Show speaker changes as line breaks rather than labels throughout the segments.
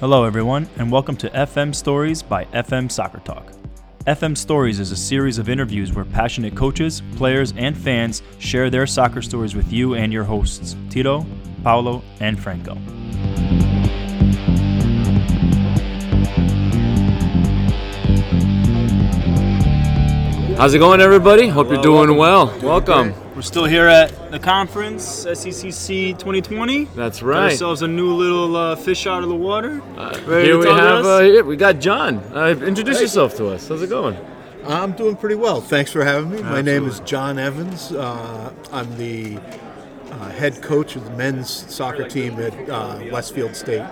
Hello, everyone, and welcome to FM Stories by FM Soccer Talk. FM Stories is a series of interviews where passionate coaches, players, and fans share their soccer stories with you and your hosts, Tito, Paolo, and Franco.
How's it going, everybody? Hope you're doing well. Welcome.
We're still here at the conference, E SECC 2020.
That's
Got
right.
ourselves a new little uh, fish out of the water. Ready
Here
to
we
talk to
have uh,
us?
here- we got John. Uh, introduce yourself to us. How's it going?
I'm doing pretty well. Thanks for having me. My name is John Evans. Uh, I'm the uh, head coach of the men's soccer team at uh, Westfield State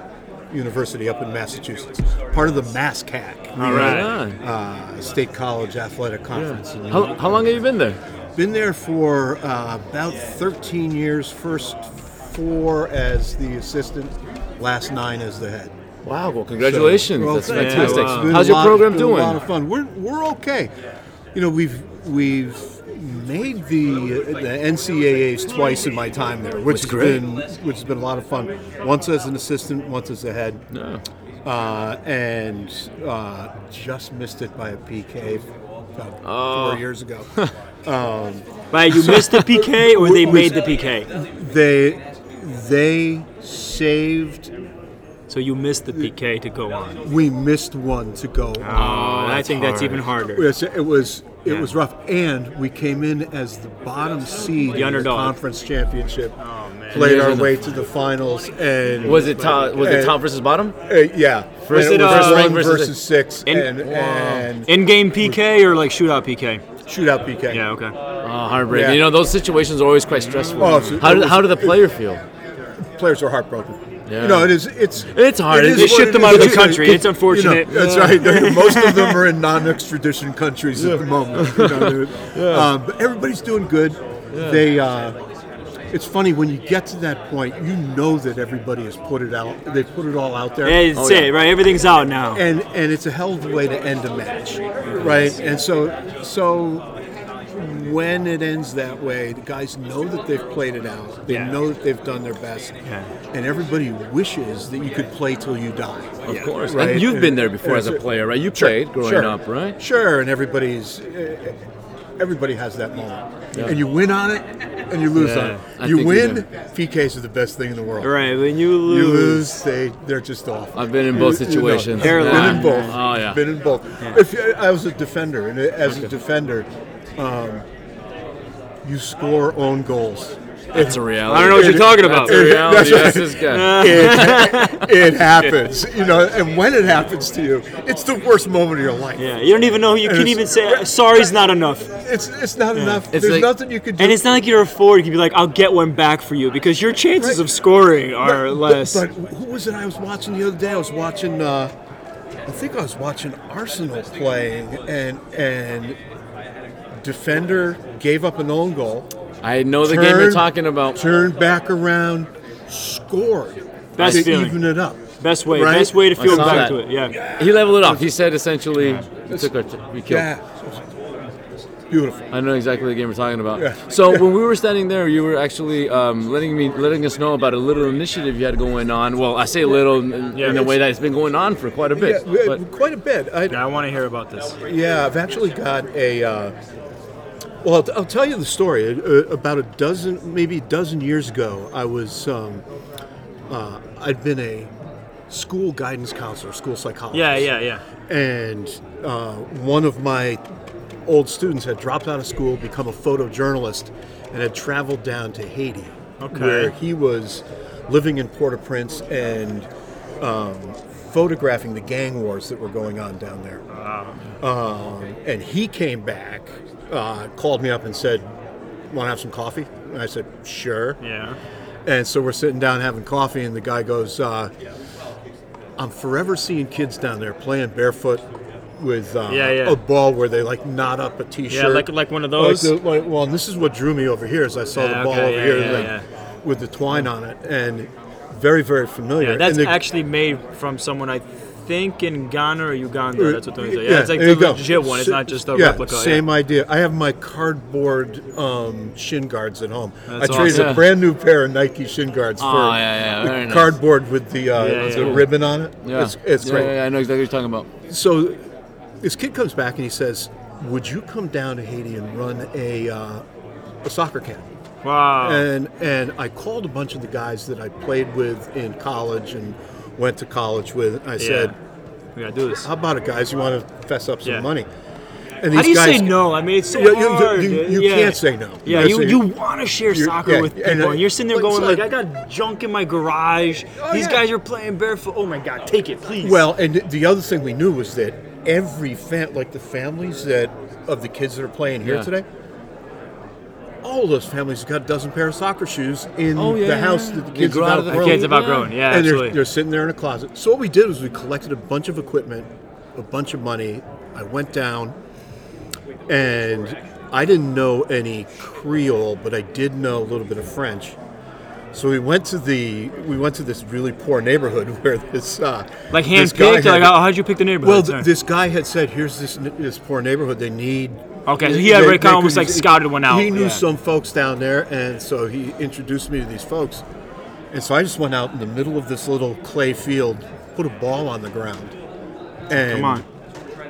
University up in Massachusetts. Part of the MassCAC,
All
right.
uh, State College Athletic Conference. in the
How, how long have you been there?
been there for uh, about 13 years, first four as the assistant, last nine as the head.
Wow. Well, congratulations.
Well,
That's
thank you.
fantastic.
It's been
How's
a
your
lot-
program
been
doing?
A lot of fun. We're, we're okay. You know, we've we've made the uh, the NCAA's twice in my time there, which has
great.
been which has been a lot of fun. Once as an assistant, once as a head,
No.
uh, and uh, just missed it by a PK about
Oh.
four years ago.
Right, you missed the PK or they made the PK.
they they saved.
So you missed the PK to go on.
We missed one to go.
Oh, and I think that's even harder.
Yes, it was it
Yeah.
was rough, and we came in as the bottom seed in
underdog.
conference championship. Played our way to the finals, and
Oh, Was it top? Was it
Uh,
top versus bottom?
uh, yeah,
Versus-
and it was
versus
one
ranked versus-
versus six,
In-
and, and
In game PK or like shootout PK?
shootout PK.
Yeah, okay.
Oh, heartbreaking.
Yeah.
You know those situations are always quite stressful.
Oh, so-
how,
it
did,
was-
how did the player feel?
Players are heartbroken.
Yeah.
You know, it is. It's
It's hard. They
what
shipped
it
them
is.
out of the
It's-
country.
it-
It's unfortunate.
you know, that's
Yeah.
right. Most of them are in non-extradition countries at the moment. You know, they're- um, but everybody's doing good. They. Uh, it's funny when you get to that point, you know that everybody has put it out. They put it all out there. Oh,
Yeah, That's it, right? Everything's out now.
and and it's a hell of a way to end a match, right? And so so when it ends that way, the guys know that they've played it out. They
Yeah.
know that they've done their best,
Yeah.
and everybody wishes that you could play till you die.
Of course.
Right.
And you've been there before
And
as a
it's-
player, right? You
Sure,
played growing
sure,
up, right?
Sure, and everybody's uh, everybody has that moment, and you win on it, and you lose on
Yeah,
it.
I
you
think you
win.
do.
PKs are the best thing in the world.
Right, when you
You
lose.
lose, they they're just off.
I've been in both
You- you know,
situations.
Paralyzed.
Been in both.
Oh yeah.
Been in both. If you- I was a defender, and as a defender, um, you score own goals.
It's a reality.
I don't know what you're talking about.
That's a reality.
That's right.
That's this guy.
It, it happens, you know, and when it happens to you, it's the worst moment of your life.
Yeah, you don't even know. You
And
can
it's-
even say, sorry's not enough.
It's it's not enough.
It's
There's
like-
nothing you can do.
And it's not like you're a forward. You can be like, I'll get one back for you because your chances
Right.
of scoring
But-
are
but-
less.
But, who was it I was watching the other day? I was watching. Uh, I think I was watching Arsenal playing, and and defender gave up an own goal.
I know the game you're
turned-
talking about.
Turned back around, scored.
Best
to
feeling.
even it up.
Best way,
Right?
best way to
I
feel
saw
back
that.
to it. Yeah,
He leveled it off. He said essentially, we took our t- we killed.
Yeah. Beautiful.
I know exactly the game we're talking about.
Yeah.
So when we were standing there, you were actually um, letting me letting us know about a little initiative you had going on. Well, I say little in, in the way that it's been going on for quite a
Yeah,
bit.
we-
but
quite a bit. I,
I want to hear about this.
Yeah, I've actually got a. Uh, well, I'll, I'll tell you the story. Uh, about a dozen, maybe a dozen years ago, I was. Um, uh, I'd been a school guidance counselor, school psychologist.
Yeah, yeah, yeah.
And uh, one of my old students had dropped out of school, become a photojournalist, and had traveled down to Haiti,
Okay.
where he was living in Port-au-Prince and um, photographing the gang wars that were going on down there. Um, and he came back, uh, called me up and said, "Want to have some coffee?" And I said, "Sure."
Yeah.
And so we're sitting down having coffee, and the guy goes, uh, "I'm forever seeing kids down there playing barefoot with uh,
Yeah, yeah.
a ball where they like knot up a t-shirt."
like- like one of those?
the- like- well, and this is what drew me over here is I saw
Yeah,
the ball
okay,
over
yeah,
here
yeah,
like,
yeah.
with the twine on it, and very, very familiar.
Yeah, that's
and the-
actually made from someone I think in Ghana or Uganda. That's what they're saying. Yeah, it's like
there you
the
go.
legit one. It's
Sa-
not just a
yeah,
replica. yeah.
Same idea. I have my cardboard um, shin guards at home.
That's
I traded
awesome.
a brand new pair of Nike shin guards for
Ah, yeah, yeah,
the
very nice.
cardboard with the, uh,
Yeah, yeah,
the
yeah.
ribbon on it.
Yeah,
It's, it's
yeah,
great.
yeah, I know exactly what you're talking about.
So this kid comes back and he says, "Would you come down to Haiti and run a uh, a soccer camp?"
Wow.
And and I called a bunch of the guys that I played with in college and went to college with. And I said,
yeah. we gotta do this.
"How about it, guys? You want to fess up some
Yeah.
money?" And
How do you
guys,
say no? I mean, it's so
You- you- you-
hard.
you-
dude.
you
yeah.
can't say no.
Yeah,
That's
you,
it.
you want to share
You're-
soccer
yeah,
with
and
people, and,
I-
you're sitting there
like,
going,
so-
like, I got junk in my garage.
Oh,
These
yeah.
guys are playing barefoot. Oh my god, take it, please.
Well, and the other thing we knew was that every fam, like the families that of the kids that are playing here
Yeah.
today, all those families have got a dozen pair of soccer shoes in
Oh, yeah,
the
yeah,
house
yeah.
that the
They
kids
grow
have
out of the-
the
outgrown.
kids have outgrown. Yeah,
and
absolutely.
they're, they're sitting there in a closet. So what we did was we collected a bunch of equipment, a bunch of money. I went down, and I didn't know any Creole, but I did know a little bit of French. So we went to the we went to this really poor neighborhood where this uh,
like
this guy
handpicked. Like,
had-
oh, how'd you pick the neighborhood?
well,
Sorry.
th- this guy had said, "Here's this n- this poor neighborhood. They need."
Okay, so he had already
they
kinda almost,
could
like,
use-
scouted one out,
He knew
yeah.
some folks down there, and so he introduced me to these folks. And so I just went out in the middle of this little clay field, put a ball on the ground, and
come on.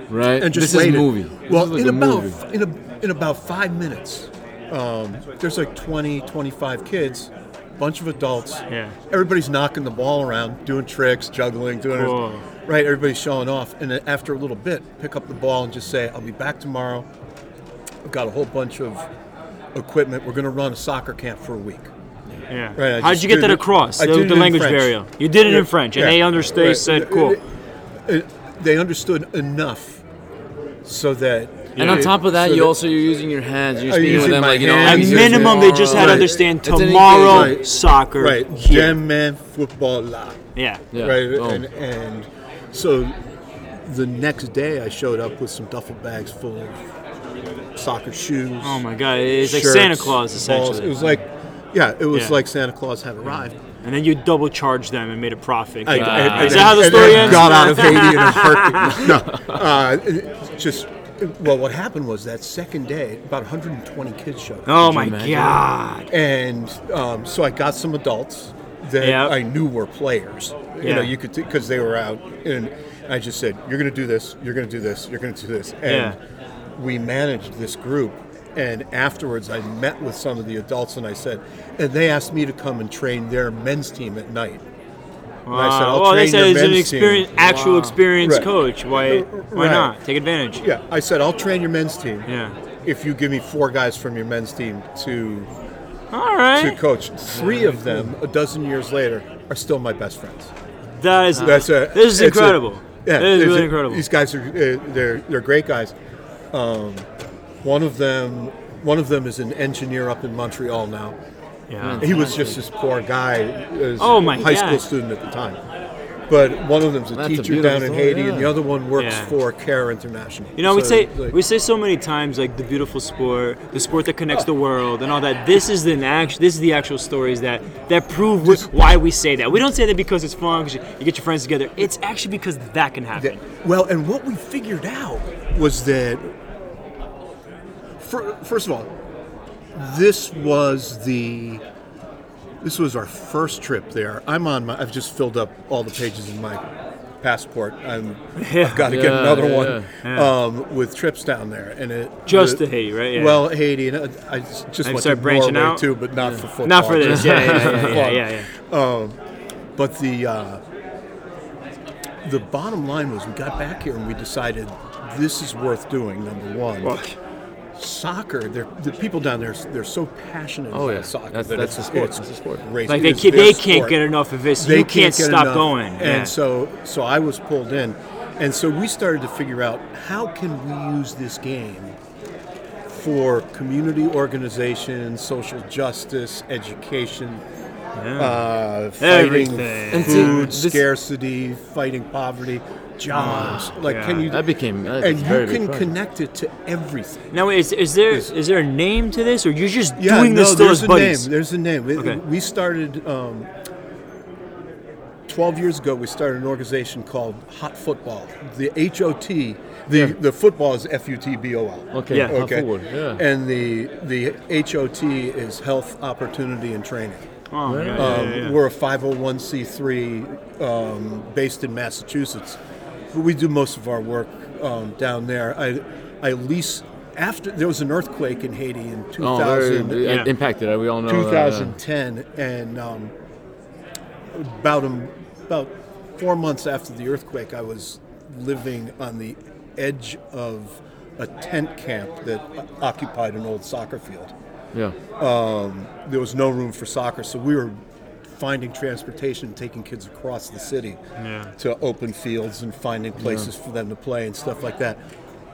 Right?
and just
this
waited.
is a movie.
Well,
this is like
in
a
about
movie.
in a, in about five minutes, um, there's like 20, 25 kids, bunch of adults.
Yeah.
Everybody's knocking the ball around, doing tricks, juggling, doing
Cool.
right. Everybody's showing off, and then after a little bit, pick up the ball and just say, "I'll be back tomorrow. I've got a whole bunch of equipment. We're going to run a soccer camp for a week."
Yeah.
Right, I
How'd
just
you get
did
that
it-
across?
I
the
did it
the
in
language
French.
barrier. You did it
Yeah,
in French, and
yeah,
they understood.
right.
Said, "Cool."
Uh, They understood enough so that.
And on top of that,
so
you also you're using your hands. You're
I'm
speaking with
using
them
my
like you know.
hands.
At
I'm
Right.
minimum, they just had to
Right.
understand
It's an engagement.
tomorrow
Right.
soccer.
Right,
here.
jam man football la.
Yeah.
Yeah.
right?
Oh.
And, and so the next day, I showed up with some duffel bags full of soccer shoes.
Oh my god, it's like
shirts,
Santa Claus
balls.
essentially.
It was like, yeah, it was
Yeah.
like Santa Claus had arrived.
and then you double charged them and made a profit.
I- I- I-
is that how the
and
story
then
ends?
Got out of Haiti in a heartbeat. No, uh, it- just well, what happened was that second day, about 120 kids showed up,
Oh my
imagine?
god.
and um, so I got some adults that
Yeah.
I knew were players. You
Yeah.
know, you could because they were out, and I just said, "You're going to do this. You're going to do this. You're going to do this." And we managed this group. And afterwards, I met with some of the adults, and I said, and they asked me to come and train their men's team at night. And I said,
Wow.
"I'll
Uh, well,
train your
they said it's an
men's
experience,
team."
actual experienced
Right.
coach. Why? Why
Right.
not? Take advantage.
Yeah, I said I'll train your men's team.
Yeah.
If you give me four guys from your men's team to
All
to
right.
coach, three of them a dozen years later are still my best friends.
That is.
That's a,
This
it's
is
a-
incredible.
yeah,
This is
it's
really
a-
incredible.
These guys are uh, they're they're great guys. Um, one of them one of them is an engineer up in Montreal now.
Yeah.
He was just this poor guy, as
Oh my
a high school
God.
student at the time. But one of them's a
That's a
teacher
beautiful
down in
story,
Haiti, and
yeah.
the other one works
Yeah.
for Care International.
You know, we
So,
say
like-
we say so many times like the beautiful sport, the sport that connects the world, and all that. This is the act. This is the actual stories that that prove wh- why we say that. We don't say that because it's fun, 'cause you, you get your friends together. It's actually because that can happen.
That- well, and what we figured out was that, fir- first of all, this was the this was our first trip there. I'm on my. I've just filled up all the pages in my passport. I'm, I've got to get
Yeah,
another
yeah,
one
yeah. Yeah.
Um, with trips down there, and it
Just
the-
to Haiti, right? Yeah.
Well, Haiti, and uh, I just
And
went
start
to
branching
Norway
out?
too, but not for football.
not for this. Yeah, yeah, yeah,
For
yeah,
fun.
yeah, yeah.
But the uh, the bottom line was we got back here and we decided this is worth doing. Number one, soccer. They're, the people down there they're so passionate
Oh,
about
yeah.
soccer.
That's-
that
that's
it's-
a sport.
it's
That's a sport.
race-
Like
it
they
is
can't,
their
they can't
sport.
get enough of this.
They
you can't,
get
stop
enough.
going.
And
yeah.
so so I was pulled in, and so we started to figure out how can we use this game for community organization, social justice, education, uh, fighting
Everything.
And see,
food
this-
scarcity, fighting poverty, jobs. like, can
Ah, yeah.
you?
That became that
and
was very
you
big
can
project.
connect it to everything.
now, is is there is, there a name to this, or you're just
Yeah,
doing
no,
this still
there's
as
a
buddies?
name. There's a name. It-
Okay.
We started um, 12 um, years ago, we started an organization called Hot Football. The HOT, the, the football is F U T B O L.
Okay,
Yeah.
Hot
Okay.
Forward, yeah.
And the the HOT is Health Opportunity and Training.
Oh, yeah, yeah,
Um,
yeah, yeah.
We're a 501c3 um, based in Massachusetts, but we do most of our work um, down there. I, I lease after there was an earthquake in Haiti in 2000,
Oh, very
Yeah.
impacted. uh, We all know. that, yeah.
2010, and um, about a- about four months after the earthquake, I was living on the edge of a tent camp that occupied an old soccer field
Yeah.
there was no room for soccer, so we were finding transportation, taking kids across the city to open fields and finding places for them to play and stuff like that.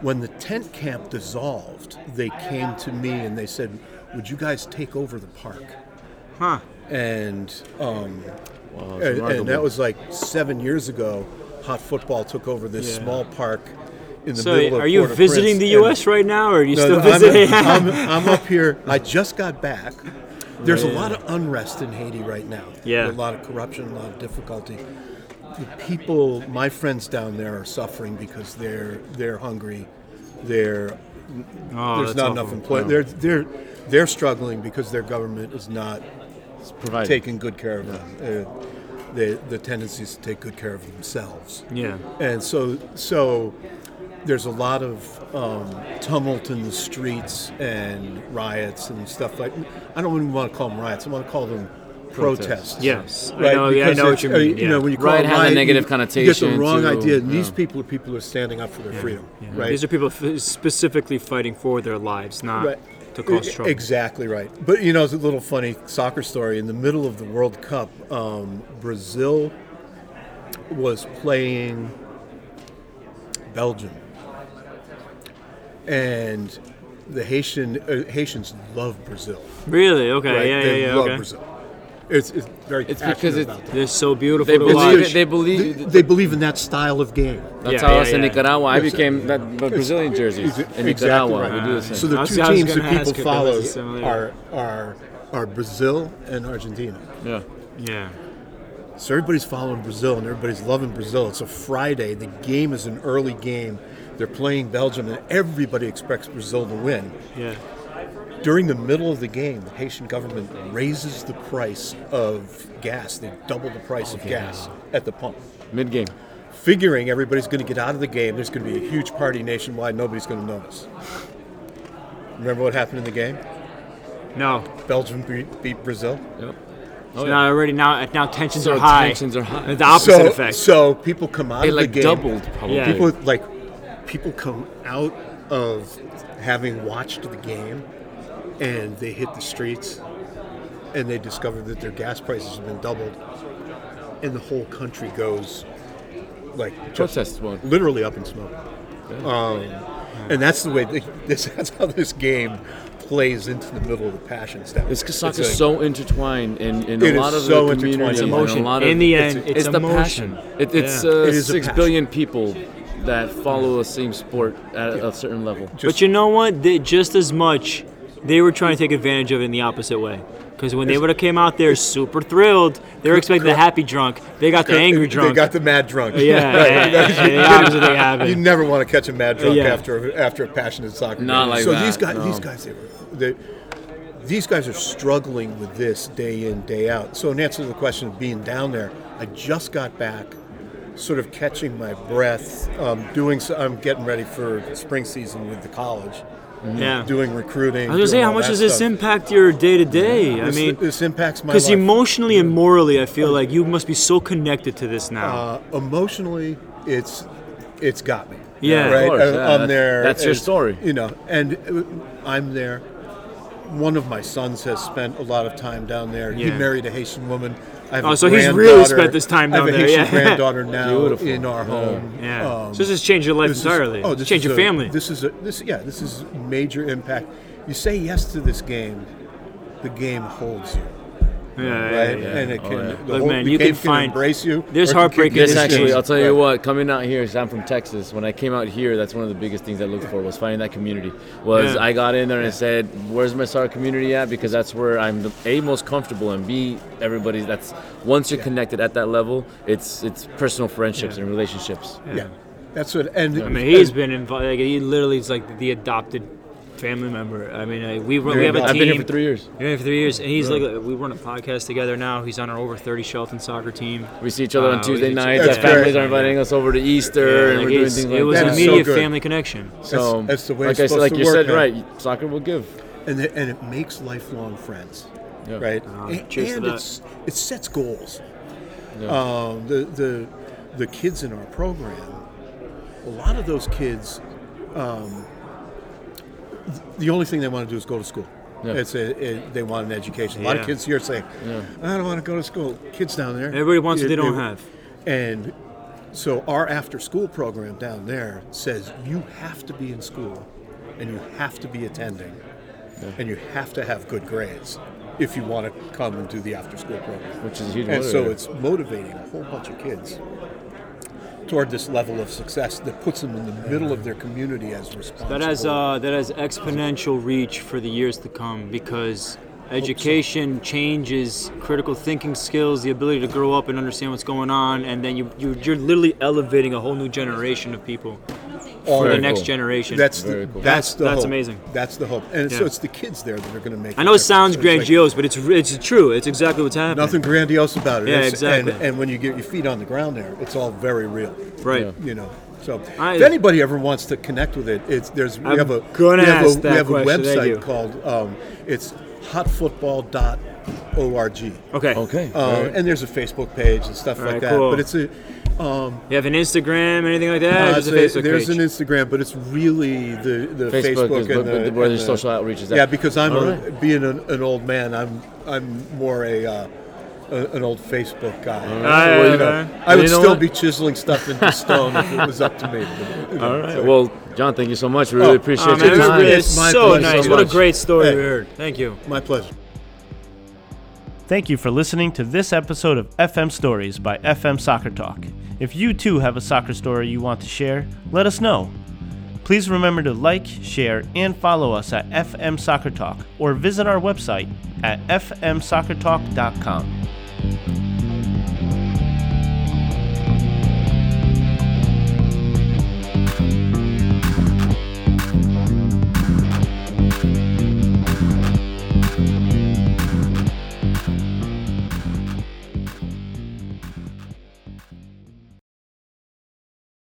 When the tent camp dissolved, they came to me and they said, "Would you guys take over the park?"
Huh.
And um,
Wow, it's
and, and that
remarkable.
was like seven years ago. Hot football took over this
Yeah.
small park in the
So,
middle of
are you
Port-au-Prince,
visiting the
and-
U.S. right now, or are you
no,
still
no, I'm-
visiting?
I'm, I'm up here. I just got back. There's a lot of unrest in Haiti right now.
Yeah.
A lot of corruption, a lot of difficulty. The people, my friends down there, are suffering because they're they're hungry. They're
Oh,
there's
that's
not
awful.
enough employment. They're they're they're struggling because their government is not
It's provided.
taking good care of them. Uh, the the tendency is to take good care of themselves.
Yeah.
And so, so there's a lot of um, tumult in the streets and riots and stuff like. I don't even want to call them riots. I want to call them protests.
Protests.
Yes, I
Right?
know, yeah, I
Because
know what you
it's- uh,
mean. yeah.
know, when you call
Riot
it
has a
riot,
negative
you, You get
connotation
the wrong
to-
idea. And
yeah.
These people are people who are standing up for their freedom. Right.
These are people f- specifically fighting for their lives, not
Right. E-,
to cause trouble.
Exactly right. But you know, it's a little funny soccer story. In the middle of the World Cup, um, Brazil was playing Belgium, and the Haitian uh, Haitians love Brazil.
Really? Okay.
right?
Yeah.
they
yeah. Yeah.
love
okay.
Brazil. It's, it's very.
It's
passionate
because it-
about them.
They're so beautiful
They
to
believe
watch.
it. They believe.
They, they believe in that style of game.
that's
Yeah,
how
yeah,
us in
yeah.
Nicaragua. I
Yes.
became that the Brazilian jerseys in
exactly
Nicaragua.
right.
We do the same.
So the
I was-
two
I was
teams
gonna
that
ask if
people
there
follow
was a similarity.
are are are Brazil and Argentina.
yeah.
Yeah.
So everybody's following Brazil and everybody's loving Brazil. It's a Friday. The game is an early game. They're playing Belgium and everybody expects Brazil to win.
Yeah.
During the middle of the game, the Haitian government raises the price of gas. They double the price
Oh,
of gas at the pump.
Mid game.
Oh,
Figuring everybody's going to get out of the game, there's going to be a huge party nationwide, nobody's going to notice. Remember what happened in the game?
No.
Belgium beat, beat Brazil.
Yep.
So now already now now tensions
So
are high.
tensions are high.
The opposite
so,
effect.
so people come out
They
of
like
the game.
doubled probably.
Yeah.
people like people come out of having watched the game and they hit the streets and they discover that their gas prices have been doubled and the whole country goes like just
Protest one.
literally up in smoke um, and that's the way this that's how this game plays into the middle of the passions down
It's because soccer
It's
is
a-
so intertwined in, in
It
a
is
lot of
so
the community.
intertwined. It's
and a
emotion.
lot of-
In the
it's-
end,
it's,
it's
the
emotion.
passion. It, it's
Yeah.
uh,
It is a
six
passion.
billion people that follow a same sport at a certain level.
but you know what? They, just as much, they were trying to take advantage of it in the opposite way. Because when they would have came out there super thrilled, they were expecting the happy drunk. They got the angry drunk.
They got the mad drunk.
yeah,
Right.
yeah, yeah, yeah, the opposite thing happened.
You never want to catch a mad drunk
Yeah.
after after a passionate soccer.
Not
game.
like
so
that,
these guys,
no.
these guys, they were, they, these guys are struggling with this day in day out. So in answer to the question of being down there, I just got back, sort of catching my breath, um, doing. So, I'm getting ready for spring season with the college,
yeah.
doing recruiting.
I was gonna say,
doing
how
all
much
that
does this
stuff.
impact your day to day? I
This-
mean,
this impacts my
because
life.
emotionally and morally, I feel like you must be so connected to this now.
Uh, emotionally, it's it's got me.
Yeah.
right.
Of course,
I-
yeah,
I'm
that's-
there.
that's your
and,
story.
You know, and uh, I'm there. One of my sons has spent a lot of time down there. He
Yeah.
married a Haitian woman. I have
Oh,
a
so he's really
granddaughter-
spent this time
I
down
have a
there,
Haitian
yeah.
granddaughter now
Beautiful.
in our home.
yeah.
Um,
so this has changed your life
this is-
entirely.
oh, this
changed
is
your
a-
family.
This is a this yeah. This is major impact. You say yes to this game, the game holds you. right? And it can, the
Look,
whole,
man,
the
you
cave
can find-
embrace you.
there's
or it can
heartbreak
kick
in
Yes,
you
this
in the
actually,
shins.
game.
I'll tell you
Right.
what. Coming out here, 'cause I'm from Texas. When I came out here, that's one of the biggest things I looked for was finding that community. Was
Yeah.
I got in there and I said, "Where's my SAR community at?" Because that's where I'm the- a most comfortable and b everybody. That's once you're connected at that level, it's it's personal friendships and relationships.
Yeah, that's what. And
I mean, he's been involved. Like, he literally is like the adopted family member. I mean, like, we run, we have a team.
I've been here for three years.
You've been here for three years, and he's like we run a podcast together now. He's on our over thirty Shelton soccer team.
We see each other
Uh,
on
we
Tuesday
see-
nights.
That's
Our families
great.
are inviting us over to
Yeah,
Easter, and
like,
we're doing
it's-
things
it was
like that.
an
That's so
immediate
good.
family connection.
That's-
So,
that's the way
like
it's
I said,
supposed
like
to
you
work,
said,
man.
right? Soccer will give.
and it, and it makes lifelong friends,
Yeah.
right? A-
cheers to
and
that.
it's it sets goals.
Yeah.
Um, the the the kids in our program, a lot of those kids, um, th- the only thing they want to do is go to school.
Yeah.
It's a, it, they want an education. A lot
Yeah.
of kids here say, "I don't want to go to school." Kids down there,
Everybody wants what they don't have.
and so our after school program down there says you have to be in school and you have to be attending and you have to have good grades if you want to come and do the after school program.
Which is a huge
And so
motivator.
it's motivating a whole bunch of kids toward this level of success that puts them in the middle of their community as responsible.
That has uh, that has exponential reach for the years to come because education changes critical thinking skills, the ability to grow up and understand what's going on, and then you, you you're literally elevating a whole new generation of people for the
Very
next
cool.
generation.
that's
Very
the,
cool.
that's
That's-
the
that's
hope.
amazing.
That's the hope. And
Yeah.
so it's the kids there that are going to make
I
the
know it
difference.
sounds
It's like-
grandiose, but it's re- it's true. It's exactly what's happening.
Nothing grandiose about it.
Yeah,
It's-
exactly.
And, and when you get your feet on the ground there, it's all very real.
Right.
You know. So
I-
if anybody ever wants to connect with it, it's there's we
I'm
have a
gonna
we have
ask
a,
that
we have a
question, thank you.
website called um, it's hotfootball.org.
Okay.
Okay.
Uh,
Alright.
And there's a Facebook page and stuff
Alright,
like that.
cool.
But it's a
You have an Instagram, anything like that? or
uh, it's
just a
a-
Facebook
there's
page?
an Instagram, but it's really the the
Facebook
Facebook,
is
and
what-
the,
where
and
the social outreach is at.
Yeah, because I'm a,
Alright.
being an, an old man, I'm I'm more a. Uh, a- an old Facebook guy.
Alright,
Well, you know,
alright.
I would
You know
still
what?
be chiseling stuff into stone if it was up to me.
All right. Well, John, thank you so much. We really
Oh,
appreciate
Oh,
your
man,
It's
it
time.
really is
It's my
so
pleasure.
nice.
So
What a
much.
great story
Hey.
we heard. Thank you.
My pleasure.
Thank you for listening to this episode of FM Stories by FM Soccer Talk. If you too have a soccer story you want to share, let us know. Please remember to like, share, and follow us at FM Soccer Talk or visit our website at fmsoccertalk.com.